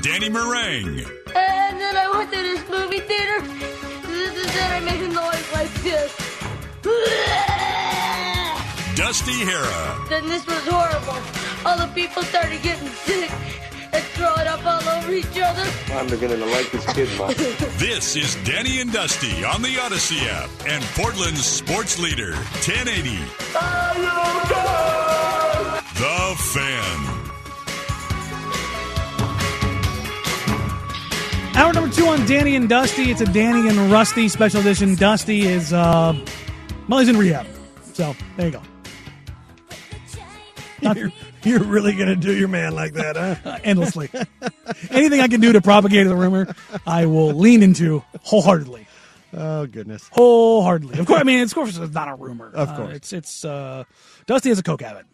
Danny Meringue, And then I went to this movie theater. And then I made a noise like this. Dusty Hera, Then this was horrible. All the people started getting sick and throwing up all over each other. I'm beginning to like this kid, Mom. This is Danny and Dusty on the Odyssey app and Portland's sports leader, 1080. The Fan. Hour number two on Danny and Dusty. It's a Danny and Rusty special edition. Dusty is, uh, well, he's in rehab. So there you go. You're, you're really going to do your man like that, huh? Uh, endlessly. Anything I can do to propagate the rumor, I will lean into wholeheartedly. Oh, goodness. Wholeheartedly. Of course, I mean, it's- of course, it's not a rumor. Of Uh, course. it's, it's, uh, Dusty has a Coke habit.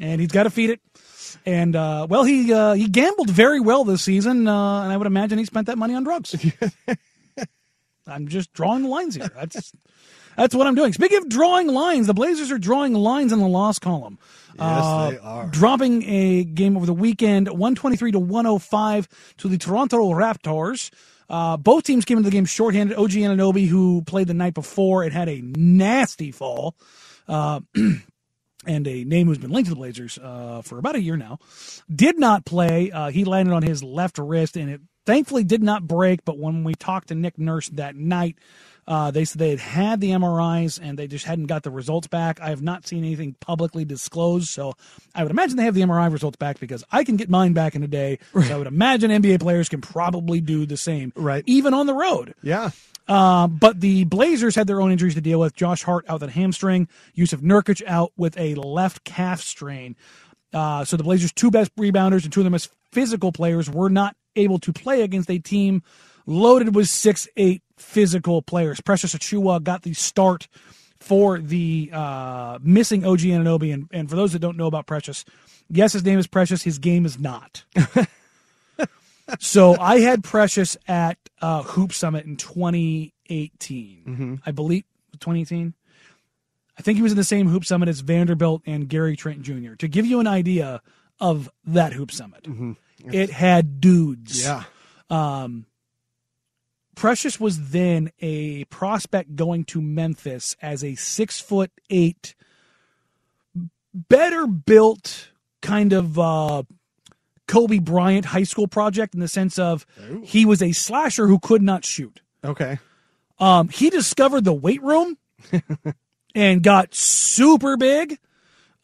and he's got to feed it. And, uh, well, he, uh, he gambled very well this season. Uh, and I would imagine he spent that money on drugs. I'm just drawing the lines here. That's that's what I'm doing. Speaking of drawing lines, the Blazers are drawing lines in the loss column. Yes, they are. Uh, Dropping a game over the weekend, 123 to 105 to the Toronto Raptors. Uh, both teams came into the game shorthanded. OG Ananobi, who played the night before and had a nasty fall, and a name who's been linked to the Blazers uh, for about a year now, did not play. Uh, he landed on his left wrist, and it thankfully did not break. But when we talked to Nick Nurse that night, uh, they said they had had the MRIs and they just hadn't got the results back. I have not seen anything publicly disclosed, so I would imagine they have the MRI results back because I can get mine back in a day. So I would imagine NBA players can probably do the same, Right. Even on the road. Yeah. Um, but the Blazers had their own injuries to deal with. Josh Hart out with a hamstring, Yusuf Nurkic out with a left calf strain. Uh, so the Blazers' two best rebounders and two of their most physical players were not able to play against a team loaded with six eight physical players. Precious Achua got the start for the uh, missing OG Ananobi. And, and for those that don't know about Precious, yes, his name is Precious. His game is not. So I had Precious at uh, Hoop Summit in 2018. I believe 2018. I think he was in the same Hoop Summit as Vanderbilt and Gary Trent Jr. To give you an idea of that Hoop Summit, it had dudes. Yeah. Precious was then a prospect going to Memphis as a six foot eight, better built kind of uh, Kobe Bryant high school project in the sense of he was a slasher who could not shoot. Okay. Um, he discovered the weight room and got super big.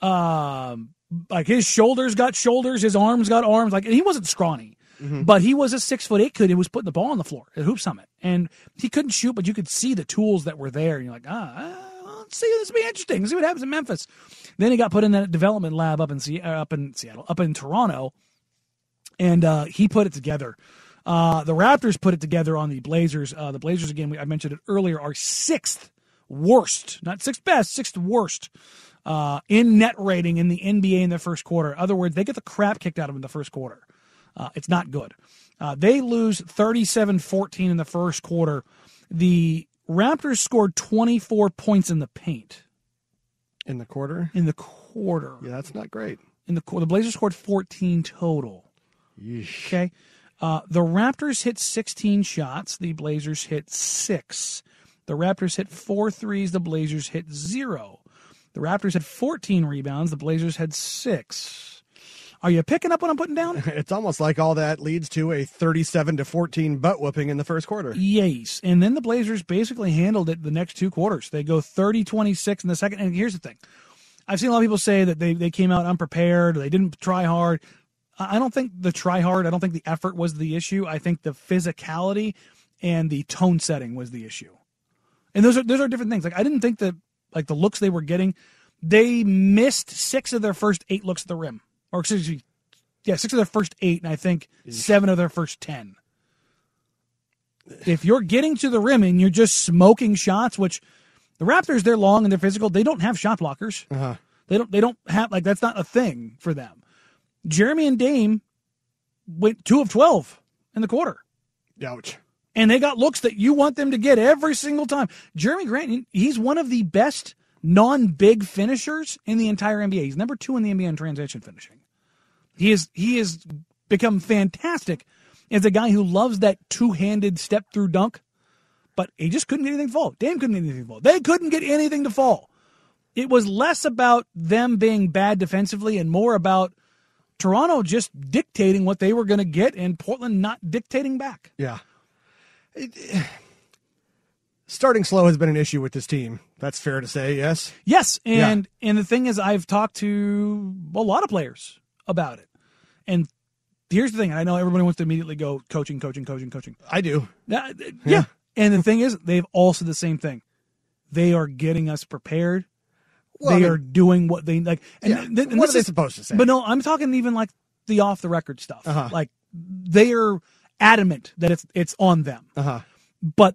Um, like his shoulders got shoulders, his arms got arms. Like and he wasn't scrawny, but he was a six foot eight kid who was putting the ball on the floor at hoop summit, and he couldn't shoot, but you could see the tools that were there, and you're like, ah. uh, Let's see, this will be interesting. See what happens in Memphis. Then he got put in that development lab up in Se- uh, up in Seattle, up in Toronto, and uh, he put it together. Uh, the Raptors put it together on the Blazers. Uh, the Blazers, again, we, I mentioned it earlier, are sixth worst, not sixth best, sixth worst uh, in net rating in the NBA in the first quarter. In other words, they get the crap kicked out of them in the first quarter. Uh, it's not good. Uh, they lose 37 14 in the first quarter. The Raptors scored 24 points in the paint In the quarter? in the quarter. Yeah, that's not great. In the quarter, the Blazers scored 14 total. Yeesh. Okay. Uh, the Raptors hit 16 shots. The Blazers hit six. The Raptors hit four threes. The Blazers hit zero. The Raptors had 14 rebounds. The Blazers had six. Are you picking up what I'm putting down? It's almost like all that leads to a 37 to 14 butt whooping in the first quarter. Yes. And then the Blazers basically handled it the next two quarters. They go 30 26 in the second. And here's the thing I've seen a lot of people say that they, they came out unprepared, or they didn't try hard. I I don't think the try hard, I don't think the effort was the issue. I think the physicality and the tone setting was the issue. And those are those are different things. Like I didn't think that like the looks they were getting, they missed six of their first eight looks at the rim, or excuse me, yeah, six of their first eight, and I think seven of their first ten. If you're getting to the rim and you're just smoking shots, which the Raptors, they're long and they're physical. They don't have shot blockers. Uh-huh. They don't. They don't have like that's not a thing for them. Jeremy and Dame went two of twelve in the quarter Ouch. and they got looks that you want them to get every single time. Jeremy Grant, he's one of the best non-big finishers in the entire NBA. He's number two in the NBA in transition finishing. He is he has become fantastic as a guy who loves that two-handed step through dunk, but he just couldn't get anything to fall. Dame couldn't get anything to fall. They couldn't get anything to fall. It was less about them being bad defensively and more about Toronto just dictating what they were going to get and Portland not dictating back. Yeah. It- starting slow has been an issue with this team. That's fair to say, yes. Yes, and and the thing is, I've talked to a lot of players about it, and here's the thing: I know everybody wants to immediately go coaching, coaching, coaching, coaching. I do. Uh, yeah. and the thing is, they've also the same thing. They are getting us prepared. Well, they I mean- are doing what they like. And, Yeah. th- th- and What this are they is- supposed to say? But no, I'm talking even like the off the record stuff. Uh-huh. Like they are adamant that it's it's on them Uh huh. but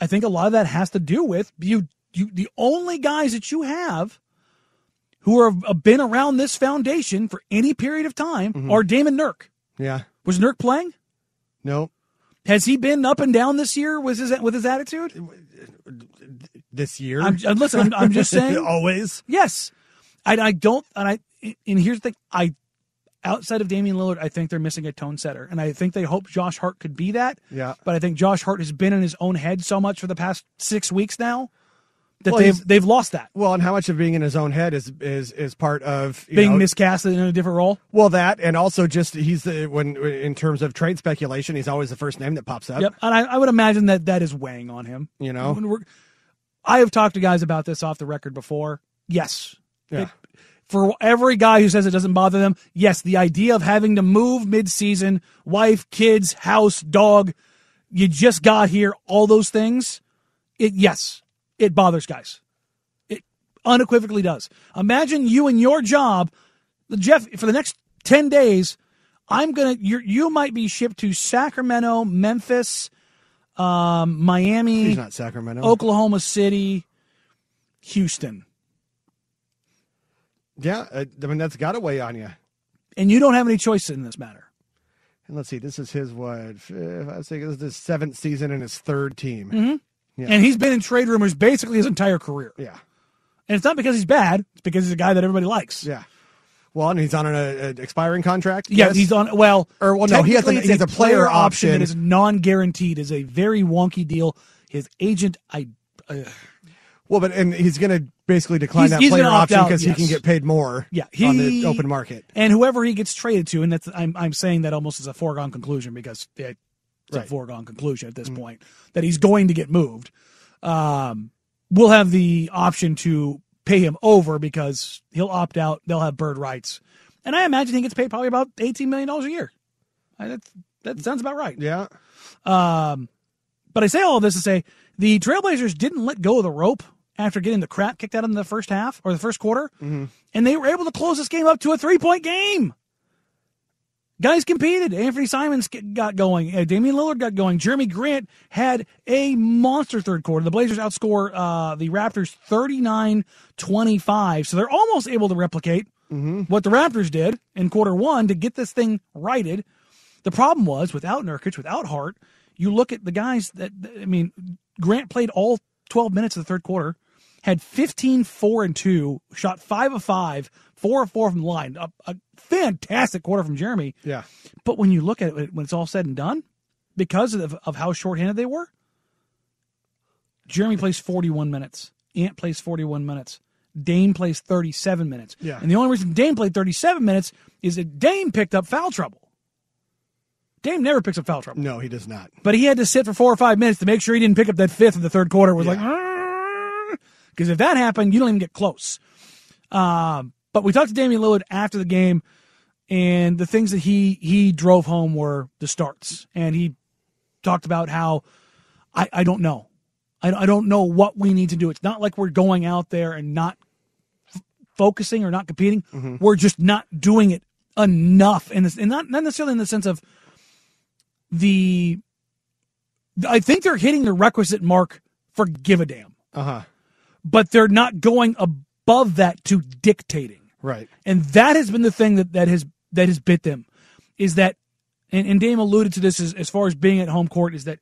I think a lot of that has to do with you. You the only guys that you have who are, have been around this foundation for any period of time are Damon Nurk. Yeah. Was Nurk playing? No. Has he been up and down this year with his with his attitude? This year. I'm, I'm- listen. I'm, I'm just saying. Always. Yes, I, I don't. And I and here's the thing. I outside of Damian Lillard, I think they're missing a tone setter, and I think they hope Josh Hart could be that. Yeah. But I think Josh Hart has been in his own head so much for the past six weeks now that Well, they've he's- they've lost that Well, and how much of being in his own head is is is part of you being know, miscast in a different role. Well, that and also just he's the when in terms of trade speculation, he's always the first name that pops up. Yep. And I, I would imagine that that is weighing on him. You know? When we're- I have talked to guys about this off the record before. Yes. Yeah. It- for every guy who says it doesn't bother them, yes, the idea of having to move midseason, wife, kids, house, dog, you just got here, all those things, it yes, it bothers guys. It unequivocally does. Imagine you and your job, Jeff, for the next 10 days, I'm going to, you you might be shipped to Sacramento, Memphis, um, Miami, He's not Sacramento. Oklahoma City, Houston. Yeah, I I mean that's got to weigh on you. And you don't have any choice in this matter. And let's see, this is his what? Fifth, I think this is his seventh season and his third team. Mm-hmm. Yeah. And he's been in trade rumors basically his entire career. Yeah, And it's not because he's bad, it's because he's a guy that everybody likes. yeah. Well, and he's on an, uh, uh, expiring contract. Yeah, he's on. Well, Or, well, no, he has a- technically he it's has a player option. that is non-guaranteed. is a very wonky deal. His agent, I uh, Well, but and he's going to basically decline He's- that he's player gonna opt option out, because yes. he can get paid more. yeah, on he the open market. and whoever he gets traded to, and that's I'm I'm saying that almost as a foregone conclusion because it, it's a Right. Mm. foregone conclusion at this point that he's going to get moved. Um, we'll have the option to pay him over because he'll opt out. They'll have bird rights, and I imagine he gets paid probably about eighteen million dollars a year. I, that's, that sounds about right. Yeah, Um, but I say all this to say the Trailblazers didn't let go of the rope after getting the crap kicked out of them in the first half or the first quarter, and they were able to close this game up to a three point game. Guys competed. Anthony Simons g- got going. Uh, Damian Lillard got going. Jeremy Grant had a monster third quarter. The Blazers outscore uh, the Raptors 39 25. So they're almost able to replicate what the Raptors did in quarter one to get this thing righted. The problem was without Nurkic, without Hart, you look at the guys that that- I mean, Grant played all 12 minutes of the third quarter, had 15 4 and 2, shot 5 of 5, 4 of 4 from the line. A, a fantastic quarter from Jeremy. yeah. But when you look at it when it's all said and done, because of, of how shorthanded they were, Jeremy plays 41 minutes. Ant plays 41 minutes. Dame plays 37 minutes. Yeah. And the only reason Dame played 37 minutes is that Dame picked up foul trouble. Dame never picks up foul trouble. No, he does not. But he had to sit for four or five minutes to make sure he didn't pick up that fifth in the third quarter. It was like, because if that happened, you don't even get close. Um, but we talked to Damian Lillard after the game, and the things that he he drove home were the starts, and he talked about how I I don't know, I, I don't know what we need to do. It's not like we're going out there and not f- focusing or not competing. We're just not doing it enough in this, and not not necessarily in the sense of the. I think they're hitting the requisite mark for give a damn, Uh huh. but they're not going above that to dictating Right. and that has been the thing that that has that has bit them is that and, and Dame alluded to this as, as far as being at home court is that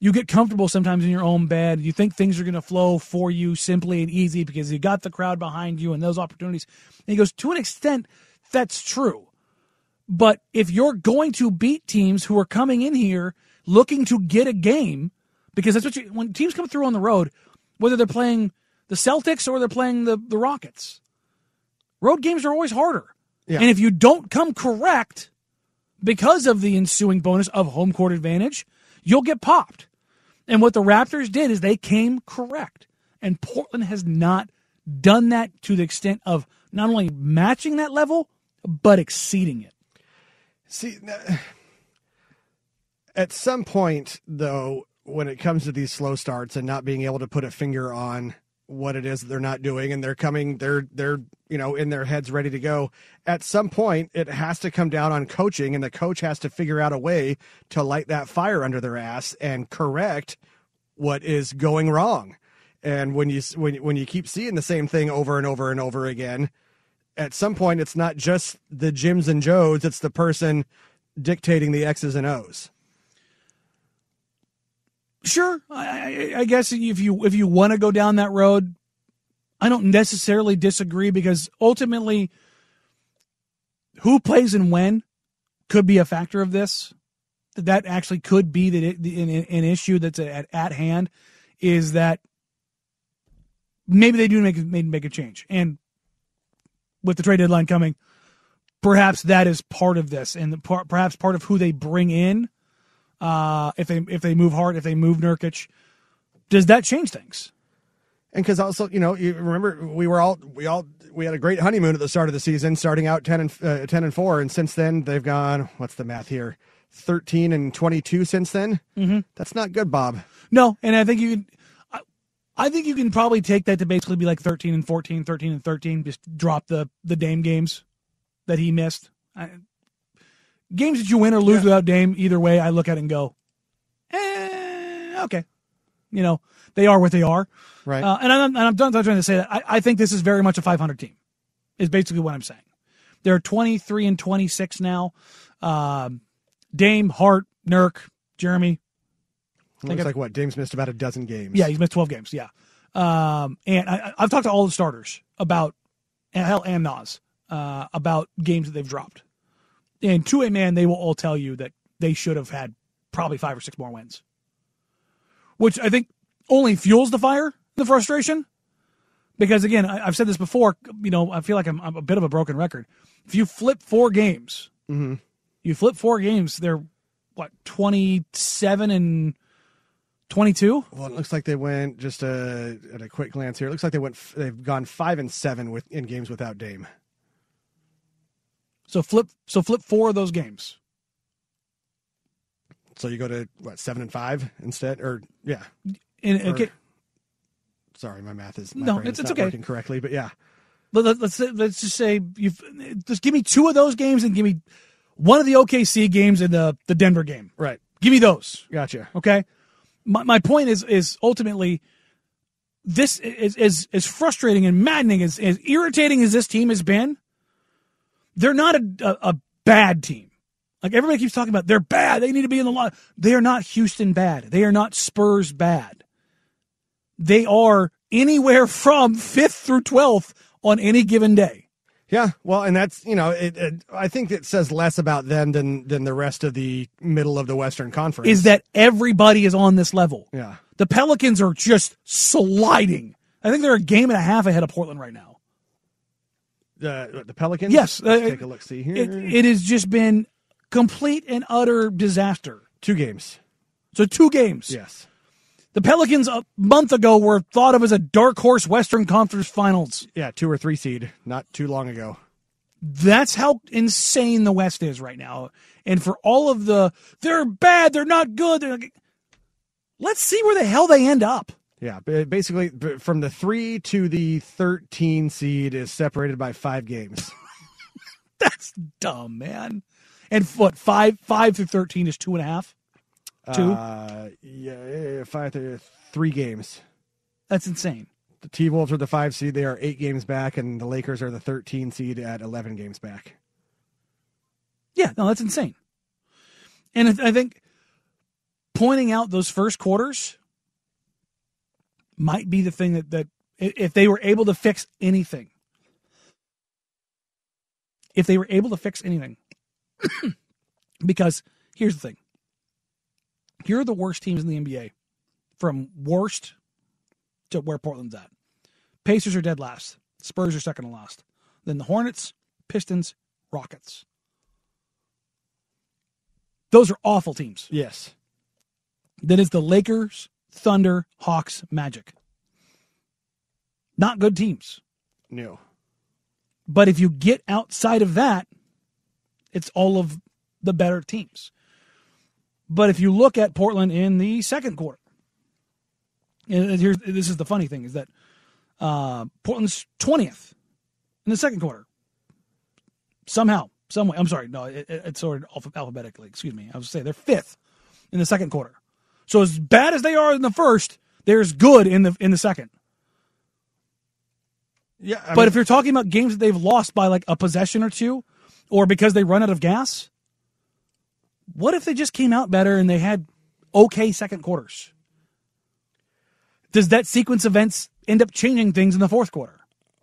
you get comfortable sometimes in your own bed you think things are going to flow for you simply and easy because you got the crowd behind you and those opportunities and he goes to an extent that's true but if you're going to beat teams who are coming in here looking to get a game, because that's what you, when teams come through on the road, whether they're playing the Celtics or they're playing the, the Rockets, road games are always harder. Yeah. And if you don't come correct because of the ensuing bonus of home court advantage, you'll get popped. And what the Raptors did is they came correct. And Portland has not done that to the extent of not only matching that level, but exceeding it. See, n- at some point, though, when it comes to these slow starts and not being able to put a finger on what it is that they're not doing and they're coming they're they're you know in their heads ready to go at some point it has to come down on coaching and the coach has to figure out a way to light that fire under their ass and correct what is going wrong and when you s- when you- when you keep seeing the same thing over and over and over again at some point it's not just the Jims and Joes, it's the person dictating the X's and O's. sure I, I, I guess if you if you want to go down that road i don't necessarily disagree because ultimately who plays and when could be a factor of this that actually could be that it, the- an, an issue that's at, at hand is that maybe they do make maybe make a change and with the trade deadline coming perhaps that is part of this and the, par- perhaps part of who they bring in uh, if they if they move hard, if they move Nurkic, does that change things? And because also, you know, you remember we were all we all we had a great honeymoon at the start of the season, starting out ten and uh, ten and four, and since then they've gone. What's the math here? Thirteen and twenty-two since then. Mm-hmm. That's not good, Bob. No, and I think you can. I- I think you can probably take that to basically be like 13 and 14, 13 and 13. Just drop the the Dame games that he missed. I, games that you win or lose without Dame, either way, I look at it and go, eh, okay. You know, they are what they are. Right. Uh, and I'm, and I'm done I'm trying to say that. I, I think this is very much a 500 team, is basically what I'm saying. They're 23 and 26 now. Um, Dame, Hart, Nurk, Jeremy. Looks like what Dame's missed about a dozen games. Yeah, he's missed 12 games. Yeah. Um, and I, I- I've talked to all the starters about, and hell, and Nas, uh, about games that they've dropped. And to a man, they will all tell you that they should have had probably five or six more wins, which I think only fuels the fire, the frustration. Because again, I, I've said this before, you know, I feel like I'm, I'm a bit of a broken record. If you flip four games, you flip four games, they're what, 27 and 22? Well, it looks like they went just uh at a quick glance here. It looks like they went. f- They've gone five and seven with in games without Dame. So flip so flip four of those games. So you go to what seven and five instead, or yeah, And Or- okay, sorry, my math is my No, brain it's- is it's not okay. working correctly, but yeah, let, let, let's say- let's just say you just give me two of those games and give me one of the OKC games and the the Denver game. right, Give me those. gotcha. Okay. My my point is is ultimately this is is as frustrating and maddening as as irritating as this team has been. They're not a, a, a bad team. Like everybody keeps talking about, they're bad. They need to be in the lot. They are not Houston bad. They are not Spurs bad. They are anywhere from fifth through twelfth on any given day. Yeah, well, and that's you know, it, it, I think it says less about them than than the rest of the middle of the Western Conference. Is that everybody is on this level? yeah, The Pelicans are just sliding. I think they're a game and a half ahead of Portland right now. the the Pelicans? Yes, Let's uh, take a look. See here, It, it has just been complete and utter disaster. two games. So two games. Yes, The Pelicans a month ago were thought of as a dark horse Western Conference Finals. yeah, two or three seed, not too long ago. That's how insane the West is right now. And for all of the they're bad, they're not good. They're like, let's see where the hell they end up. Yeah, ba- basically b- from the three to the thirteen seed is separated by five games. That's dumb, man. And what five five through thirteen is two and a half. Two. Uh, yeah, yeah, five, three, three games. That's insane. The T Wolves are the five seed. They are eight games back, and the Lakers are the 13 seed at 11 games back. Yeah, no, that's insane. And I I think pointing out those first quarters might be the thing that, that i- if they were able to fix anything, if they were able to fix anything, because here's the thing you're the worst teams in the NBA from worst to where Portland's at. Pacers are dead last, Spurs are second to last, then the Hornets, Pistons, Rockets. Those are awful teams. Yes. That is the Lakers, Thunder, Hawks, Magic. Not good teams. No. But if you get outside of that, it's all of the better teams. But if you look at Portland in the second quarter, and here's this is the funny thing is that uh, Portland's twentieth in the second quarter. Somehow, some way. I'm sorry, no, it, it- it's sorted alpha, alphabetically. Excuse me. I was saying they're fifth in the second quarter. So as bad as they are in the first, they're as good in the in the second Yeah. I but mean, if you're talking about games that they've lost by like a possession or two, or because they run out of gas, what if they just came out better and they had okay second quarters? Does that sequence of events end up changing things in the fourth quarter?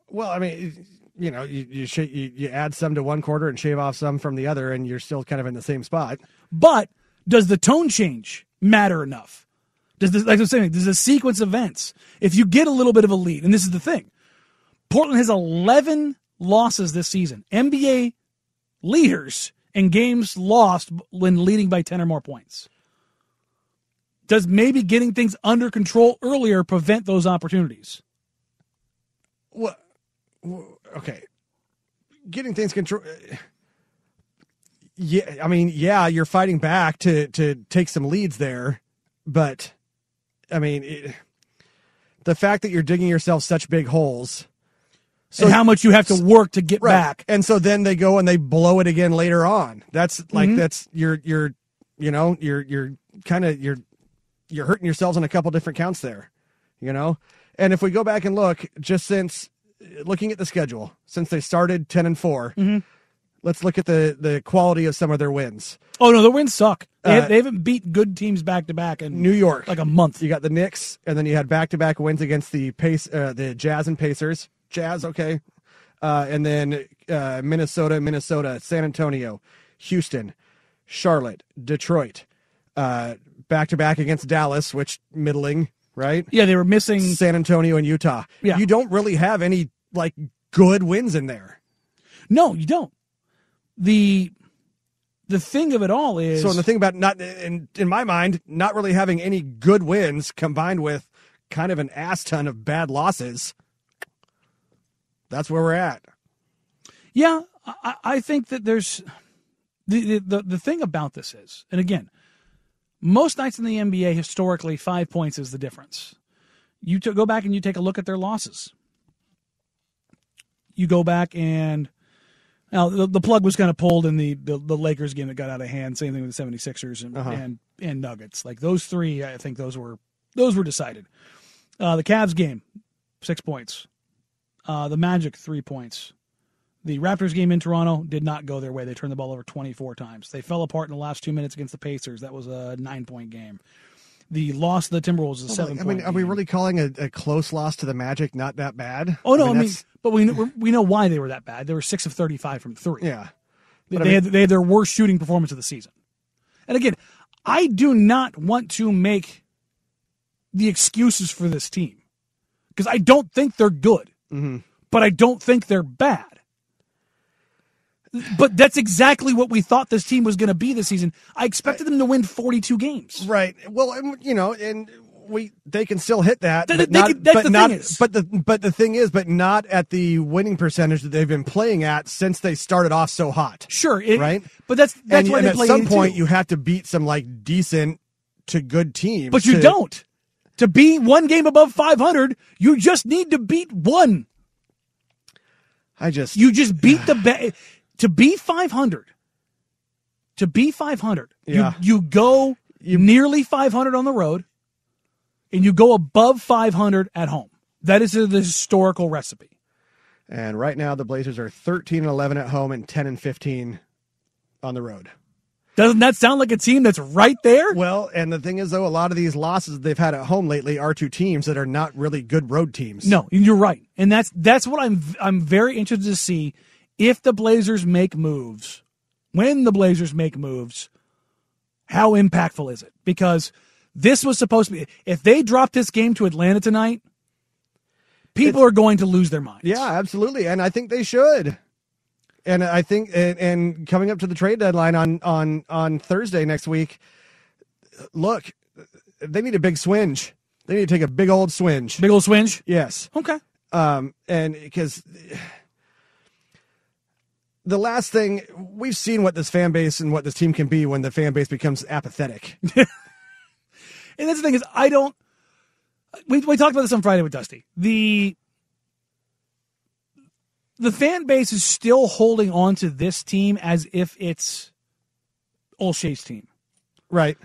well, I mean, you know, you you, sh- you you add some to one quarter and shave off some from the other, and you're still kind of in the same spot. But does the tone change matter enough? Does this, like I'm saying, does the sequence of events, if you get a little bit of a lead, and this is the thing, Portland has 11 losses this season, NBA leaders in games lost when leading by 10 or more points. Does maybe getting things under control earlier prevent those opportunities? What? Okay. Getting things control. Yeah, I mean, yeah, you're fighting back to to take some leads there, but I mean, it, the fact that you're digging yourself such big holes. So how much you have to work to get back? And so then they go and they blow it again later on. That's like that's you're you're you know, you're you're kind of you're you're hurting yourselves on a couple different counts there, you know? And if we go back and look just since looking at the schedule, since they started 10 and 4, let's look at the the quality of some of their wins. Oh no, the wins suck. They, Uh, they haven't beat good teams back to back in New York. like a month. You got the Knicks, and then you had back to back wins against the Pace, uh, the Jazz and Pacers. Jazz, okay, uh, and then uh, Minnesota, Minnesota, San Antonio, Houston, Charlotte, Detroit, back to back against Dallas, which middling, right? Yeah, they were missing San Antonio and Utah. Mm. Yeah. You don't really have any like good wins in there. No, you don't. The the thing of it all is So and the thing about not in in my mind, not really having any good wins combined with kind of an ass ton of bad losses. That's where we're at. yeah, I, I- I think that there's the, the the the thing about this is, and again, most nights in the NBA historically, five points is the difference. You to, go back and you take a look at their losses. You go back and now the, the plug was kind of pulled in the, the the Lakers game that got out of hand. Same thing with the 76ers Uh-huh. and and, and Nuggets. Like those three, I think those were those were decided. Uh, the Cavs game, six points. Uh, the Magic three points. The Raptors game in Toronto did not go their way. They turned the ball over 24 times. They fell apart in the last two minutes against the Pacers. That was a nine point game. The loss to the Timberwolves is a seven. I mean, point are we game. really calling a, a close loss to the Magic not that bad? Oh no, I mean, that's- but we know, we know why they were that bad. They were six of thirty-five from three. yeah. they, I they mean- had they had their worst shooting performance of the season. And again, I do not want to make the excuses for this team because I don't think they're good, Mm-hmm. but I don't think they're bad. But that's exactly what we thought this team was going to be this season. I expected them to win forty-two games. Right. Well, and, you know, and we they can still hit that. They- but they not, can- that's but the not, thing is- But the but the thing is, but not at the winning percentage that they've been playing at since they started off so hot. Sure, it- Right. But that's that's and, why and they at play some 82. point you have to beat some like decent to good teams. But you to- don't. To be one game above 500, you just need to beat one. I just You just beat the best. to be 500 to be 500 Yeah. you, you go nearly 500 on the road and you go above 500 at home that is the historical recipe And right now, the Blazers are 13 and 11 at home and 10 and 15 on the road. doesn't that sound like a team that's right there Well, and the thing is, though, a lot of these losses they've had at home lately are to teams that are not really good road teams. No, you're right, and that's that's what I'm I'm very interested to see if the Blazers make moves, when the Blazers make moves, how impactful is it? Because this was supposed to be if they drop this game to Atlanta tonight, people are going to lose their minds. Yeah, absolutely. And I think they should. And I think, and, and coming up to the trade deadline on, on, on Thursday next week, look, they need a big swinge. They need to take a big old swinge. big old swinge. yes. Okay, um, and because the last thing we've seen what this fan base and what this team can be when the fan base becomes apathetic. and that's the thing is I don't. We we talked about this on Friday with Dusty. The the fan base is still holding on to this team as if it's Olshay's team. right.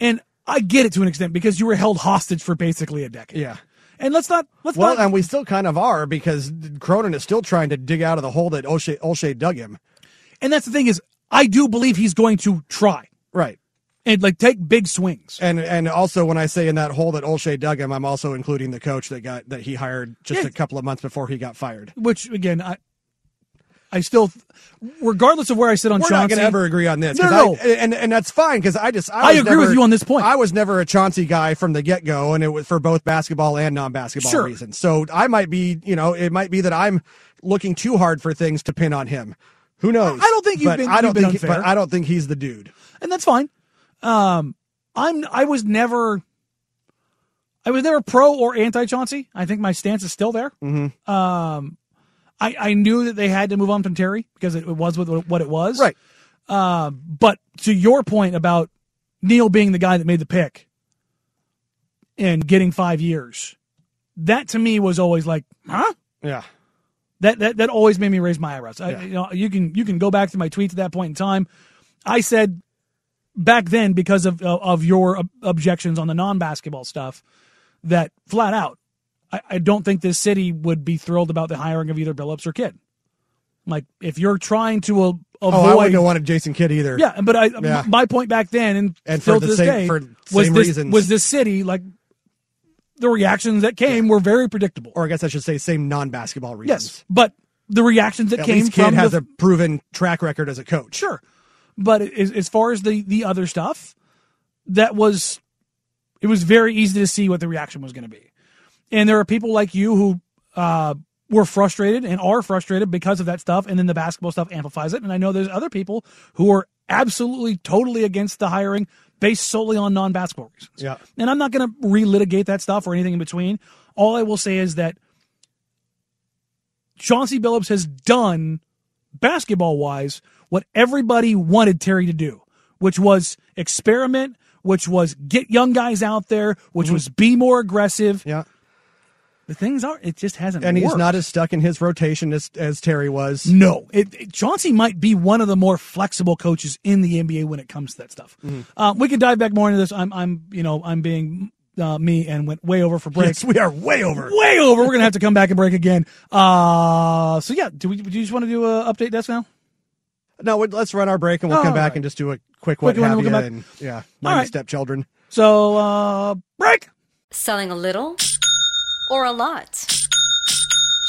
And I get it to an extent because you were held hostage for basically a decade. Yeah. And let's not let's Well, not and we still kind of are because Cronin is still trying to dig out of the hole that Olshay, Olshay dug him. and that's the thing is I do believe he's going to try Right. and like take big swings. And and also when I say in that hole that Olshay dug him, I'm also including the coach that got that he hired just Yeah. a couple of months before he got fired. Which again I I still regardless of where I sit on We're not Chauncey going to ever agree on this. No, 'cause no, I- and and that's fine because I just I, I was agree with never- you on this point. I was never a Chauncey guy from the get go, and it was for both basketball and non basketball Sure. reasons. So I might be, you know, it might be that I'm looking too hard for things to pin on him. Who knows? I don't think you've But been- I don't you've been think. unfair. But I don't think he's the dude. and that's fine. Um, I'm I was never I was never pro or anti Chauncey. I think my stance is still there. Um, I I knew that they had to move on from Terry because it, it was what, what it was. Right. Um, but to your point about Neil being the guy that made the pick and getting five years, that to me was always like, huh? Yeah. that that that always made me raise my eyebrows. I, Yeah. you know, you can you can go back to my tweets at that point in time. I said back then because of of- of your ob- objections on the non basketball stuff that flat out, I, I don't think this city would be thrilled about the hiring of either Billups or Kidd. Like if you're trying to uh, Oh, I avoid. wouldn't have wanted Jason Kidd either. yeah, but I Yeah. my point back then and, And still for to the this same- day for was same this reasons. was this city like the reactions that came were very predictable. Or I guess I should say same non basketball reasons. yes, but the reactions that At came least Kidd from has the, a proven track record as a coach. sure but as, as far as the the other stuff that was it was very easy to see what the reaction was going to be and there are people like you who uh, were frustrated and are frustrated because of that stuff and then the basketball stuff amplifies it and i know there's other people who are absolutely totally against the hiring based solely on non-basketball reasons Yeah. and i'm not going to relitigate that stuff or anything in between all i will say is that chauncey billups has done basketball wise, what everybody wanted Terry to do, which was experiment, which was get young guys out there, which was be more aggressive. Mm-hmm. Yeah. The things are, it just hasn't. And he's worked. not as stuck in his rotation as, as Terry was. No, it, it- Chauncey might be one of the more flexible coaches in the NBA when it comes to that stuff. Mm-hmm. Uh, we can dive back more into this. I'm, I'm, you know, I'm being uh, me and went way over for break. Yes, we are way over. Way over. We're gonna have to come back and break again. Uh, so yeah, do we? Do you just want to do a update desk now? No, we- let's run our break and we'll Oh, come back alright. and just do a quick, Quick what one, have we'll you come back. and yeah, my Alright. stepchildren. So uh, break. Selling a little or a lot?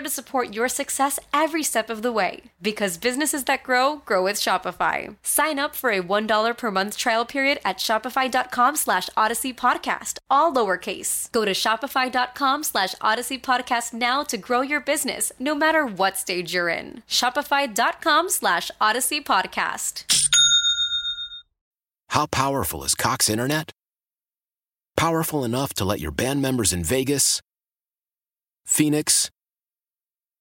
to support your success every step of the way. Because businesses that grow, grow with Shopify. Sign up for a $1 per month trial period at shopify.com slash odyssey podcast, all lowercase. Go to shopify.com slash odyssey podcast now to grow your business, no matter what stage you're in. Shopify.com slash odyssey podcast. How powerful is Cox Internet? Powerful enough to let your band members in Vegas, Phoenix,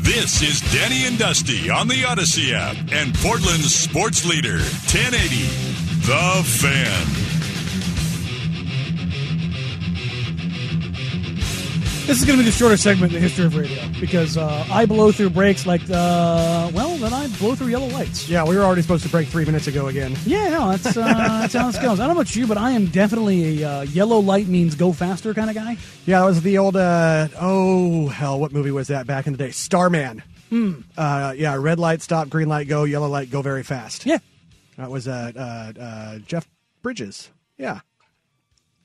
This is Danny and Dusty on the Odyssey app and Portland's sports leader, 1080, The Fan. This is going to be the shortest segment in the history of radio because uh, I blow through breaks like, uh, well, then I blow through yellow lights. Yeah, we were already supposed to break three minutes ago again. Yeah, no, that's, uh, that's how this goes. I don't know about you, but I am definitely a uh, yellow light means go faster kind of guy. Yeah, that was the old. Uh, oh hell, what movie was that back in the day? Starman. Hmm. Uh, yeah, red light stop, green light go, yellow light go very fast. Yeah, That was uh, uh, uh, Jeff Bridges. Yeah,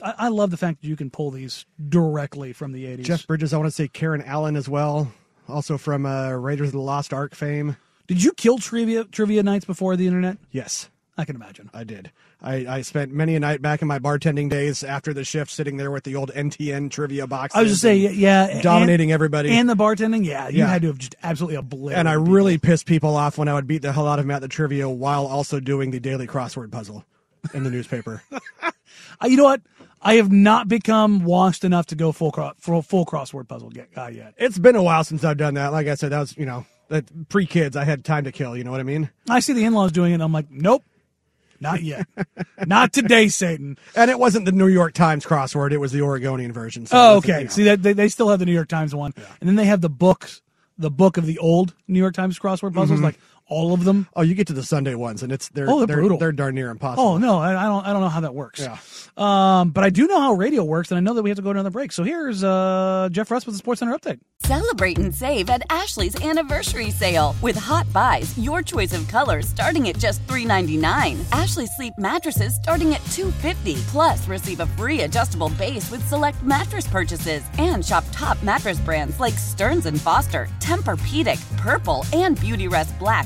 I, I love the fact that you can pull these directly from the 80s. Jeff Bridges. I want to say Karen Allen as well, also from uh, Raiders of the Lost Ark fame. Did you kill trivia trivia nights before the internet? Yes, I can imagine. I did. I, I spent many a night back in my bartending days after the shift, sitting there with the old NTN trivia box. I was just saying, yeah, dominating and- everybody. and the bartending. Yeah, you Yeah. had to have just absolutely obliterated. and I people. really pissed people off when I would beat the hell out of them at the trivia while also doing the daily crossword puzzle in the newspaper. I- you know what? I have not become washed enough to go full cro- full, full crossword puzzle get, guy yet. it's been a while since I've done that. Like I said, that was you know that pre kids. I had time to kill. You know what I mean? I see the in laws doing it. and I'm like, nope, not yet, not today, Satan. And it wasn't the New York Times crossword. It was the Oregonian version. So Oh, that's, you okay. know. See that they, they still have the New York Times one, and then they have the books, the book of the old New York Times crossword puzzles, Mm-hmm. like all of them. Oh, you get to the Sunday ones, and it's they're Oh, they're they're, brutal. they're darn near impossible. Oh no, I, I don't. I don't know how that works. Yeah. Um, but I do know how radio works, and I know that we have to go to another break. So here's uh, Jeff Russ with the Sports Center update. Celebrate and save at Ashley's anniversary sale with hot buys, your choice of colors starting at just $3.99. Ashley Sleep mattresses starting at $2.50. Plus, receive a free adjustable base with select mattress purchases and shop top mattress brands like Stearns and Foster, Tempur-Pedic, Purple, and Beautyrest Black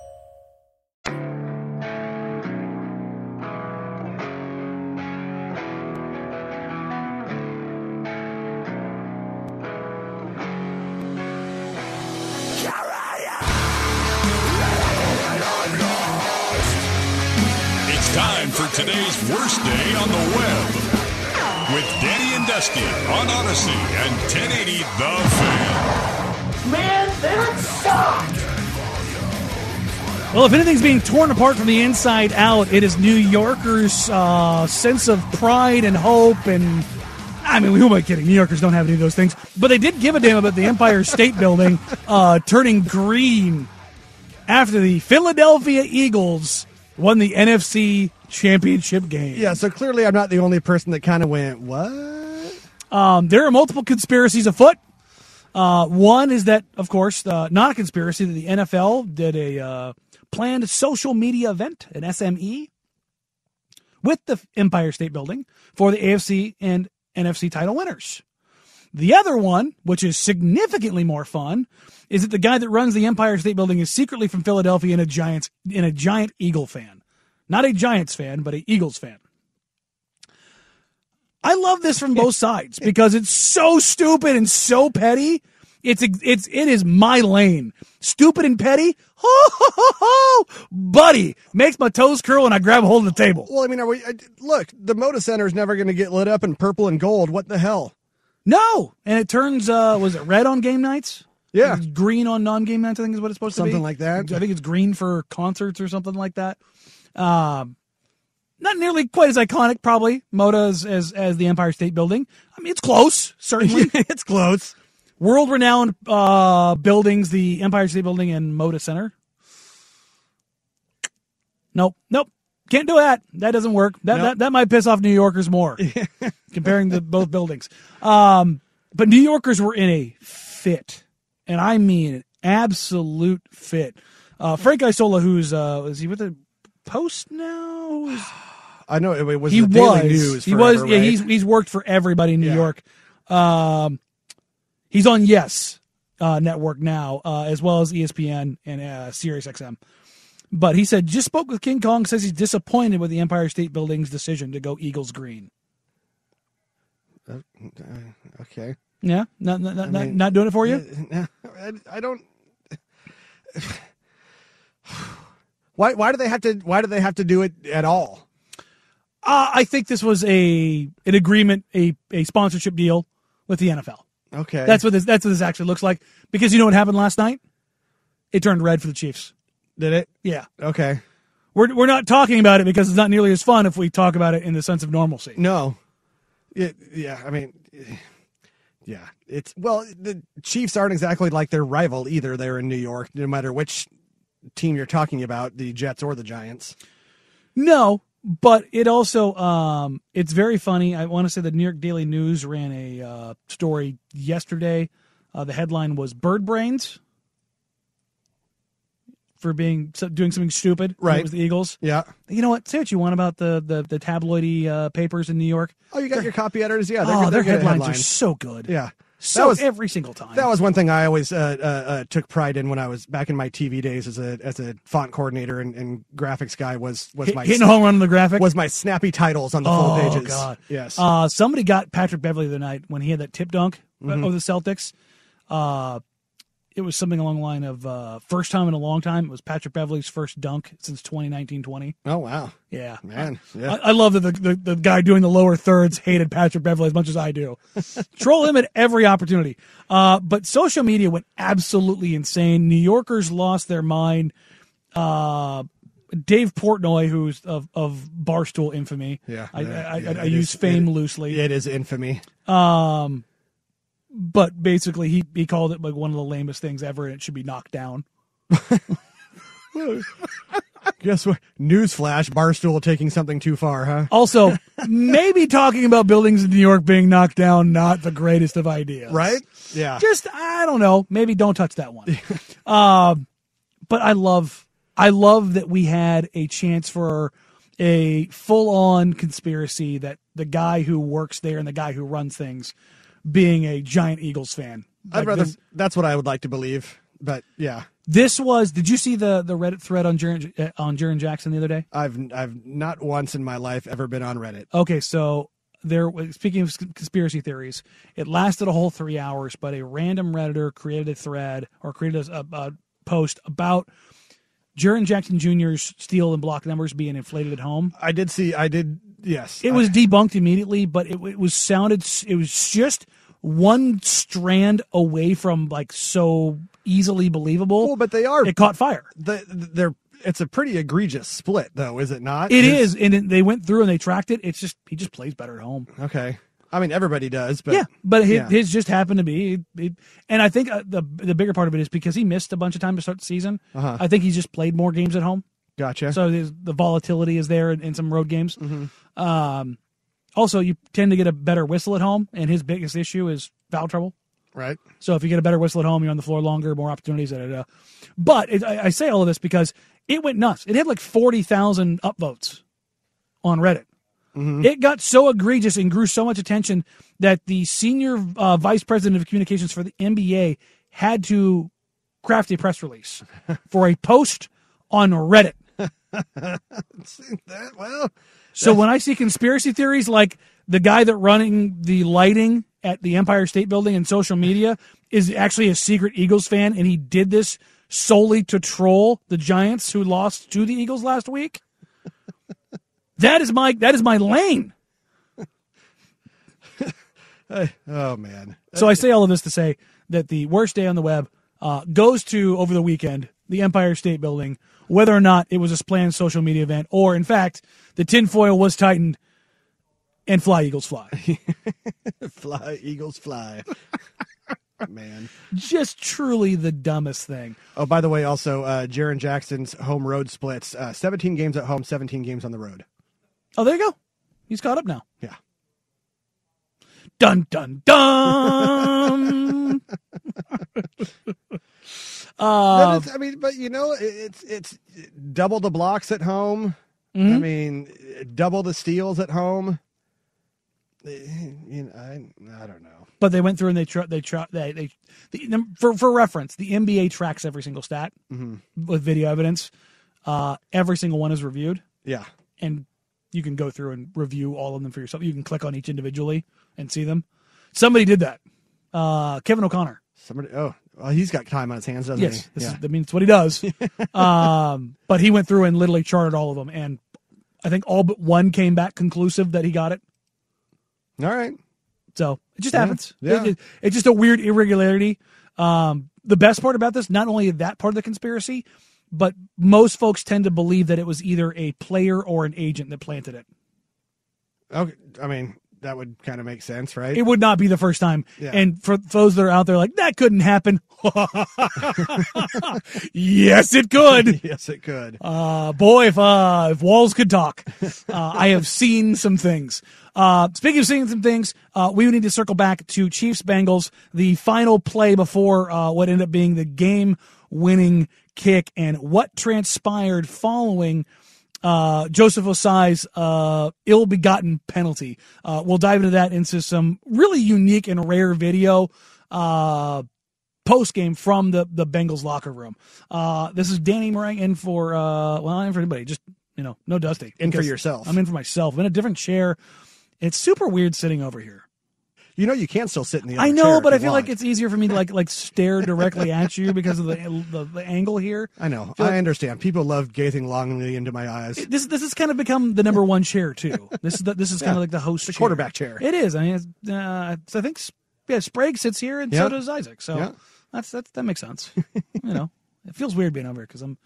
It's time for today's worst day on the web with Danny and Dusty on Odyssey and 1080 The Fan. Well, if anything's being torn apart from the inside out, it is New Yorkers' uh, sense of pride and hope. And I mean, who am I kidding? New Yorkers don't have any of those things, but they did give a damn about the Empire State Building uh, turning green after the Philadelphia Eagles won the NFC Championship game. Yeah, so clearly I'm not the only person that kind of went, what? Um, there are multiple conspiracies afoot. Uh, one is that, of course, uh, not a conspiracy, that the NFL did a uh, planned social media event, an E, SME, with the Empire State Building for the AFC and NFC title winners. The other one, which is significantly more fun, is that the guy that runs the Empire State Building is secretly from Philadelphia and a Giants and a giant Eagle fan. Not a Giants fan, but a Eagles fan. I love this from both sides because it's so stupid and so petty. It's it's it is my lane. Stupid and petty, ho ho ho ho, buddy makes my toes curl and I grab a hold of the table. Well, I mean, are we? I, look, the Moda Center is never going to get lit up in purple and gold. What the hell? No, and it turns uh was it red on game nights? Yeah. It's green on non-game nights. I think is what it's supposed to be. Something like that. I think it's green for concerts or something like that. Um, not nearly quite as iconic, probably Moda as as, as the Empire State Building. I mean, it's close, certainly. it's close. World-renowned uh, buildings, the Empire State Building and Moda Center. Nope, nope, can't do that. That doesn't work. That Nope. that, that might piss off New Yorkers more. comparing the both buildings. Um, but New Yorkers were in a fit, and I mean an absolute fit. Uh, Frank Isola, who's uh, is he with the Post now? Who is- I know it was. he the was. Daily News he forever, was. Yeah, right? he's he's worked for everybody in New Yeah. York. Um, he's on Yes uh, Network now, uh, as well as ESPN and uh, Sirius XM. But he said just spoke with King Kong. Says he's disappointed with the Empire State Building's decision to go Eagles green. okay. Yeah, not not not, mean- not doing it for you. No, I, I don't. why? Why do they have to? Why do they have to do it at all? Uh, I think this was a an agreement, a, a sponsorship deal with the NFL. Okay. That's what this that's what this actually looks like. Because you know what happened last night? It turned red for the Chiefs. did it. Yeah, Okay. we're we're not talking about it because it's not nearly as fun if we talk about it in the sense of normalcy. No. It, yeah, I mean, yeah. It's well, the Chiefs aren't exactly like their rival either. They're in New York, no matter which team you're talking about, the Jets or the Giants. No, but it also um, it's very funny. I want to say the New York Daily News ran a uh, story yesterday. Uh, the headline was "Bird Brains" for being so, doing something stupid. And Right. it was the Eagles. Yeah. You know what? Say what you want about the the, the tabloidy uh, papers in New York. Oh, you got your copy editors. Yeah, they're, oh, good- they're their good at headlines are headlines. so good. Yeah, so that was every single time. that was one thing I always uh, uh, uh, took pride in when I was back in my TV days as a as a font coordinator and, and graphics guy was was Hit- my hitting a home run on the graphic. was my snappy titles on the oh full pages. god. Yes. Uh, somebody got Patrick Beverly the other night when he had that tip dunk Mm-hmm. over the Celtics. Uh, it was something along the line of uh, first time in a long time. It was Patrick Beverly's first dunk since 2019-20. oh wow, Yeah, man. Yeah. I, I love that the, the, the guy doing the lower thirds hated Patrick Beverly as much as I do. Troll him at every opportunity. Uh, but social media went absolutely insane. New Yorkers lost their mind. Uh, Dave Portnoy, who's of, of Barstool infamy. Yeah, I, yeah, I, I, yeah, I, it use is- fame it- loosely. it is infamy. Um, but basically, he, he called it like one of the lamest things ever, and it should be knocked down. Guess what? Newsflash: Barstool taking something too far, huh? Also, maybe talking about buildings in New York being knocked down, not the greatest of ideas. Right? Yeah. just I don't know. Maybe don't touch that one. um, but I love I love that we had a chance for a full on conspiracy that the guy who works there and the guy who runs things being a giant Eagles fan. Like I'd rather. this, That's what I would like to believe. But yeah, this was. Did you see the the Reddit thread on Jaren, uh, on Jaren Jackson the other day? I've I've not once in my life ever been on Reddit. Okay, so there. was- Speaking of conspiracy theories, it lasted a whole three hours, but a random redditor created a thread or created a, a post about Jaron Jackson Jr.'s steal and block numbers being inflated at home. I did see. I did. Yes. It was debunked immediately, but it, it was sounded. It was just one strand away from like so easily believable. Well, but they are- It caught fire. the, they're. It's a pretty egregious split, though, is it not? It 'Cause- is, and it, they went through and they tracked it. It's just he just plays better at home. Okay. I mean, everybody does, but yeah, but his, yeah. his just happened to be, it- and I think uh, the the bigger part of it is because he missed a bunch of time to start the season. Uh-huh. I think he's just played more games at home, gotcha. so there's, the volatility is there in, in some road games. Mm-hmm. Um, also, you tend to get a better whistle at home, and his biggest issue is foul trouble. right. So if you get a better whistle at home, you're on the floor longer, more opportunities. Da, da, da. But it, I, I say all of this because it went nuts. It had like forty thousand upvotes on Reddit. It got so egregious and grew so much attention that the senior uh, vice president of communications for the NBA had to craft a press release for a post on Reddit. That- well, So when I see conspiracy theories like the guy that running the lighting at the Empire State Building and social media is actually a secret Eagles fan and he did this solely to troll the Giants who lost to the Eagles last week. that is my that is my lane. oh man, So I say all of this to say that the worst day on the web uh, goes to over the weekend, the Empire State Building, whether or not it was a planned social media event, or in fact, the tinfoil was tightened and fly Eagles fly. fly eagles fly. man. Just truly the dumbest thing. Oh, by the way, also uh, Jaron Jackson's home road splits: uh, 17 games at home, 17 games on the road. Oh, there you go. He's caught up now. Yeah. Dun dun dun. But uh, it's- I mean, but you know, it- it's it's double the blocks at home. I Mm-hmm. mean, double the steals at home. Eh, You know, I I don't know. but they went through and they tra- they tra- they, they the, for for reference, the NBA tracks every single stat with video evidence. Uh, every single one is reviewed, Yeah, and you can go through and review all of them for yourself. You can click on each individually and see them. Somebody did that. Uh, Kevin O'Connor. somebody. Oh, well, he's got time on his hands, doesn't Yes, he? this Yeah. is, I mean it's what he does. um, but he went through and literally charted all of them, and I think all but one came back conclusive that he got it. All right. So it just Yeah, happens. yeah. It- it- it's just a weird irregularity. Um, the best part about this, not only that part of the conspiracy, but most folks tend to believe that it was either a player or an agent that planted it. Okay. I mean, that would kind of make sense, right? It would not be the first time. Yeah. And for those that are out there like that couldn't happen, yes, it could. yes, it could. Uh, boy, if uh, if walls could talk, uh, I have seen some things. Uh, speaking of seeing some things, uh, we need to circle back to Chiefs Bengals, the final play before uh, what ended up being the game winning kick, and what transpired following uh, Joseph Osai's uh, ill begotten penalty. Uh, we'll dive into that into some really unique and rare video. Uh, post game from the the Bengals locker room. Uh, this is Danny Meringue in for uh, well, not in for anybody, just you know, no Dusty. In for Because yourself. I'm in for myself. I'm in a different chair. It's super weird sitting over here. You know, you can still sit in the. Other I chair know, if but you I feel want. like it's easier for me to like like stare directly at you because of the the, the angle here. I know. feel I like- understand. People love gazing longingly into my eyes. This this has kind of become the number one chair too. This is the, this is kind of like the host The chair. quarterback chair. It is. I mean, it's, uh, so I think S- yeah, Sprague sits here, and so Yeah. does Isaac. So Yeah. that's that's that makes sense. you know, it feels weird being over here because I'm.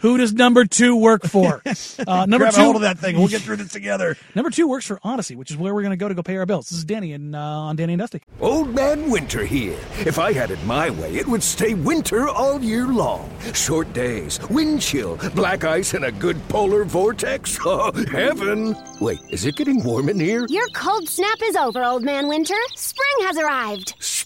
Who does number two work for? Uh, number Grab two. a hold of that thing. We'll get through this together. Number two works for Odyssey, which is where we're going to go to go pay our bills. This is Danny and uh, on Danny and Dusty. Old Man Winter here. If I had it my way, it would stay winter all year long. Short days, wind chill, black ice, and a good polar vortex. Oh, heaven! Wait, is it getting warm in here? Your cold snap is over, old man winter. Spring has arrived.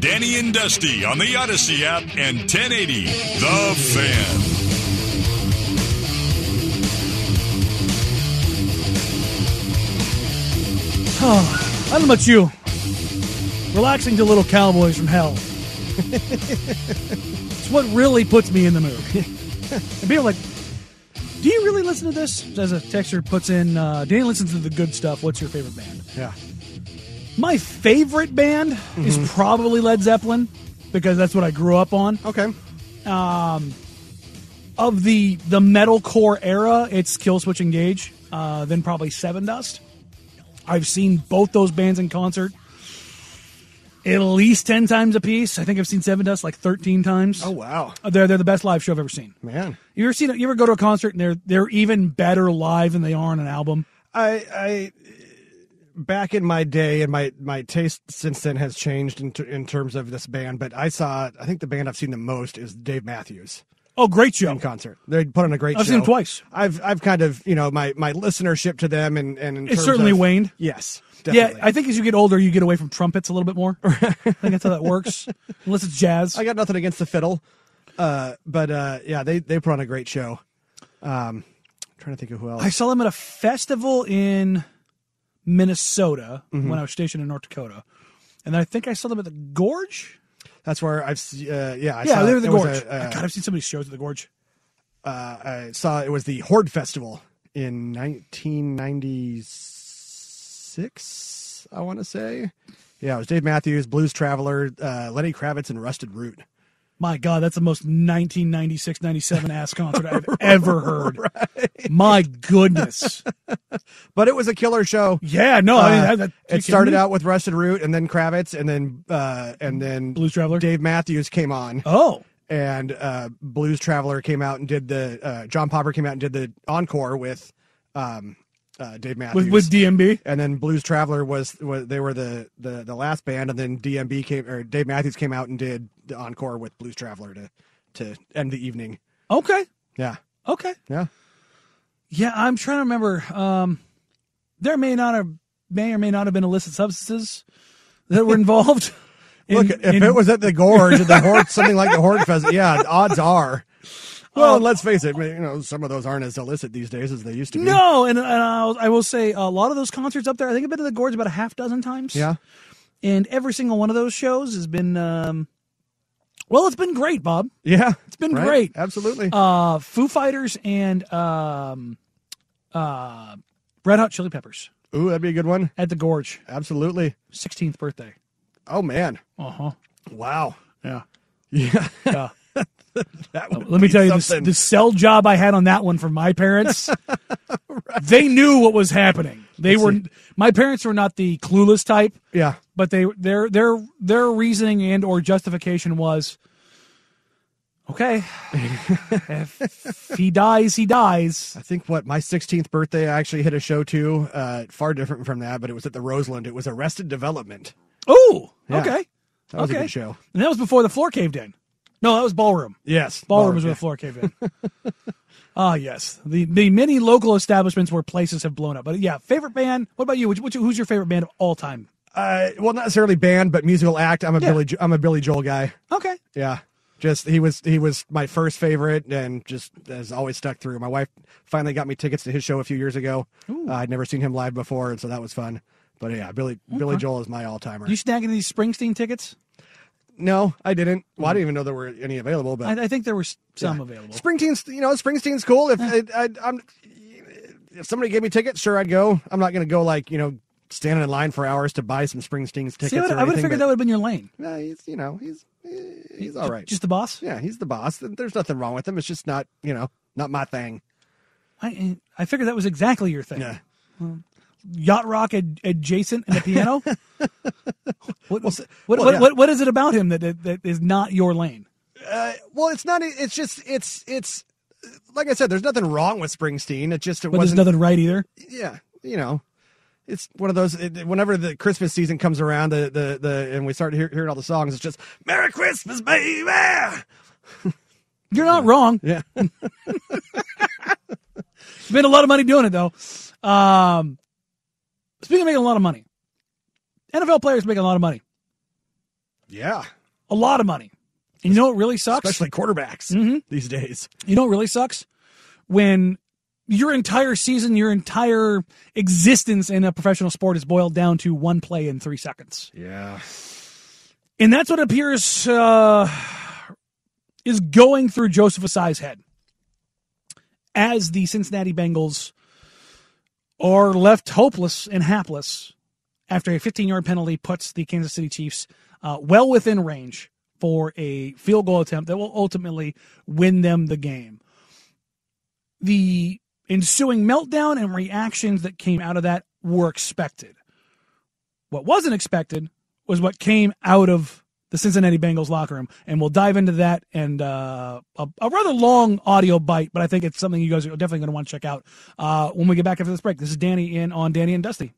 Danny and Dusty on the Odyssey app and 1080 The Fan. I don't know about you. Relaxing to Little Cowboys from Hell. it's what really puts me in the mood. and people are like, do you really listen to this? As a texter puts in, uh, Danny listens to the good stuff. What's your favorite band? Yeah. My favorite band is probably Led Zeppelin because that's what I grew up on. Okay. Um, of the the metalcore era, it's Killswitch Engage, uh, then probably Seven Dust. I've seen both those bands in concert at least ten times apiece. I think I've seen Seven Dust like thirteen times. Oh wow! They're they're the best live show I've ever seen. Man, you ever seen? You ever go to a concert and they're they're even better live than they are on an album? I I back in my day, and my my taste since then has changed in ter- in terms of this band. But I saw, I think the band I've seen the most is Dave Matthews. Oh, great show in concert! They put on a great. I've show. seen them twice. I've I've kind of you know my my listenership to them and and in It's terms certainly of- waned. Yes, definitely. Yeah, I think as you get older, you get away from trumpets a little bit more. I think that's how that works. Unless it's jazz. I got nothing against the fiddle, uh, but uh, yeah, they they put on a great show. Um, trying to think of who else. I saw them at a festival in Minnesota Mhm. when I was stationed in North Dakota, and then I think I saw them at the Gorge. That's where I've s- uh, yeah I yeah, saw, they were the there was Gorge. a, uh, God, I've seen so many shows at the Gorge. uh, I saw it was the Horde Festival in 1996. I want to say, yeah, it was Dave Matthews, Blues Traveler, uh, Lenny Kravitz, and Rusted Root. My God, that's the most 1996 97 ass concert I've ever heard. My goodness. But it was a killer show. Yeah, no, I mean, that- that- you Uh, it started kidding me? out with Rusted Root, and then Kravitz, and then uh, and then Blues Traveler. Dave Matthews came on. Oh, and uh, Blues Traveler came out and did the uh, John Popper came out and did the encore with um, uh, Dave Matthews With, with DMB. and then Blues Traveler was, was they were the, the the last band, and then DMB came or Dave Matthews came out and did the encore with Blues Traveler to to end the evening. Okay. Yeah, Okay. yeah. Yeah, I'm trying to remember. Um, there may not have, may or may not have been illicit substances that were involved. Look, if it was at the gorge, at the horde, something like the horde fest, yeah, odds are. Um, Well, let's face it, you know some of those aren't as illicit these days as they used to be. no, and, and I'll, I will say a lot of those concerts up there. I think I've been to the Gorge about a half dozen times. Yeah. and every single one of those shows has been, um, well, it's been great, Bob. Yeah. It's been Right? great. Absolutely. Uh, Foo Fighters and um, uh, Red Hot Chili Peppers Ooh, that'd be a good one. at the Gorge, Absolutely. 16th birthday. Oh man. Uh huh. Wow. Yeah. Yeah. Yeah. Uh, That would Let me be tell you, this, something. the sell job I had on that one from my parents, they knew what was happening. They Let's were see. my parents were not the clueless type, Yeah. but they their their their reasoning and or justification was, okay, if he dies, he dies. I think what my 16th birthday, I actually hit a show too. Uh, far different from that, but it was at the Roseland. It was Arrested Development. Oh, Yeah. okay, That was okay. a good show. And that was before the floor caved in. No, that was ballroom. Yes, Ballroom was where the floor caved in. Ah, yes. The the many local establishments where places have blown up. But yeah, favorite band. What about you? Which, which, who's your favorite band of all time? Uh, well, not necessarily band, but musical act. I'm a Yeah. Billy. Jo- I'm a Billy Joel guy. Okay. Yeah, just he was he was my first favorite, and just has always stuck through. My wife finally got me tickets to his show a few years ago. Uh, I'd never seen him live before, and so that was fun. But yeah, Billy Billy Joel is my all timer. You snagging these Springsteen tickets? No, I didn't. Well, I didn't even know there were any available. But Mm-hmm. I, I think there were s- some available. Springsteen's, you know, Springsteen's cool. If I, I, I'm, if somebody gave me tickets, sure, I'd go. I'm not going to go like you know, standing in line for hours to buy some Springsteen's tickets. See, I would or have anything, figured that but, would have been your lane. Nah, he's, you know, he's eh, he's all Ju- right. Just the boss. yeah, he's the boss. There's nothing wrong with him. It's just not you know, not my thing. I, I figured that was exactly your thing. Yeah. Yacht rock ad- adjacent and the piano. what, Well, s- what, well, what, yeah. what, what is it about him that, that, that is not your lane? Uh, well, it's not. It's just it's it's like I said. There's nothing wrong with Springsteen. It just it But there's wasn't. nothing right either. yeah, you know, it's one of those. It, whenever the Christmas season comes around, the the, the and we start hear, hearing all the songs, it's just Merry Christmas, baby. You're not wrong. Yeah, Spent a lot of money doing it though. Um, speaking of making a lot of money, NFL players make a lot of money. yeah, A lot of money. And you know what really sucks? especially quarterbacks Mhm. these days. You know what really sucks? When your entire season, your entire existence in a professional sport is boiled down to one play in three seconds. Yeah, And that's what appears uh, is going through Joseph Asai's head as the Cincinnati Bengals are left hopeless and hapless after a 15 yard penalty puts the Kansas City Chiefs uh, well within range for a field goal attempt that will ultimately win them the game. The ensuing meltdown and reactions that came out of that were expected. What wasn't expected was what came out of the Cincinnati Bengals locker room, and we'll dive into that and uh, a, a rather long audio bite, but I think it's something you guys are definitely going to want to check out uh, when we get back after this break. This is Danny in on Danny and Dusty.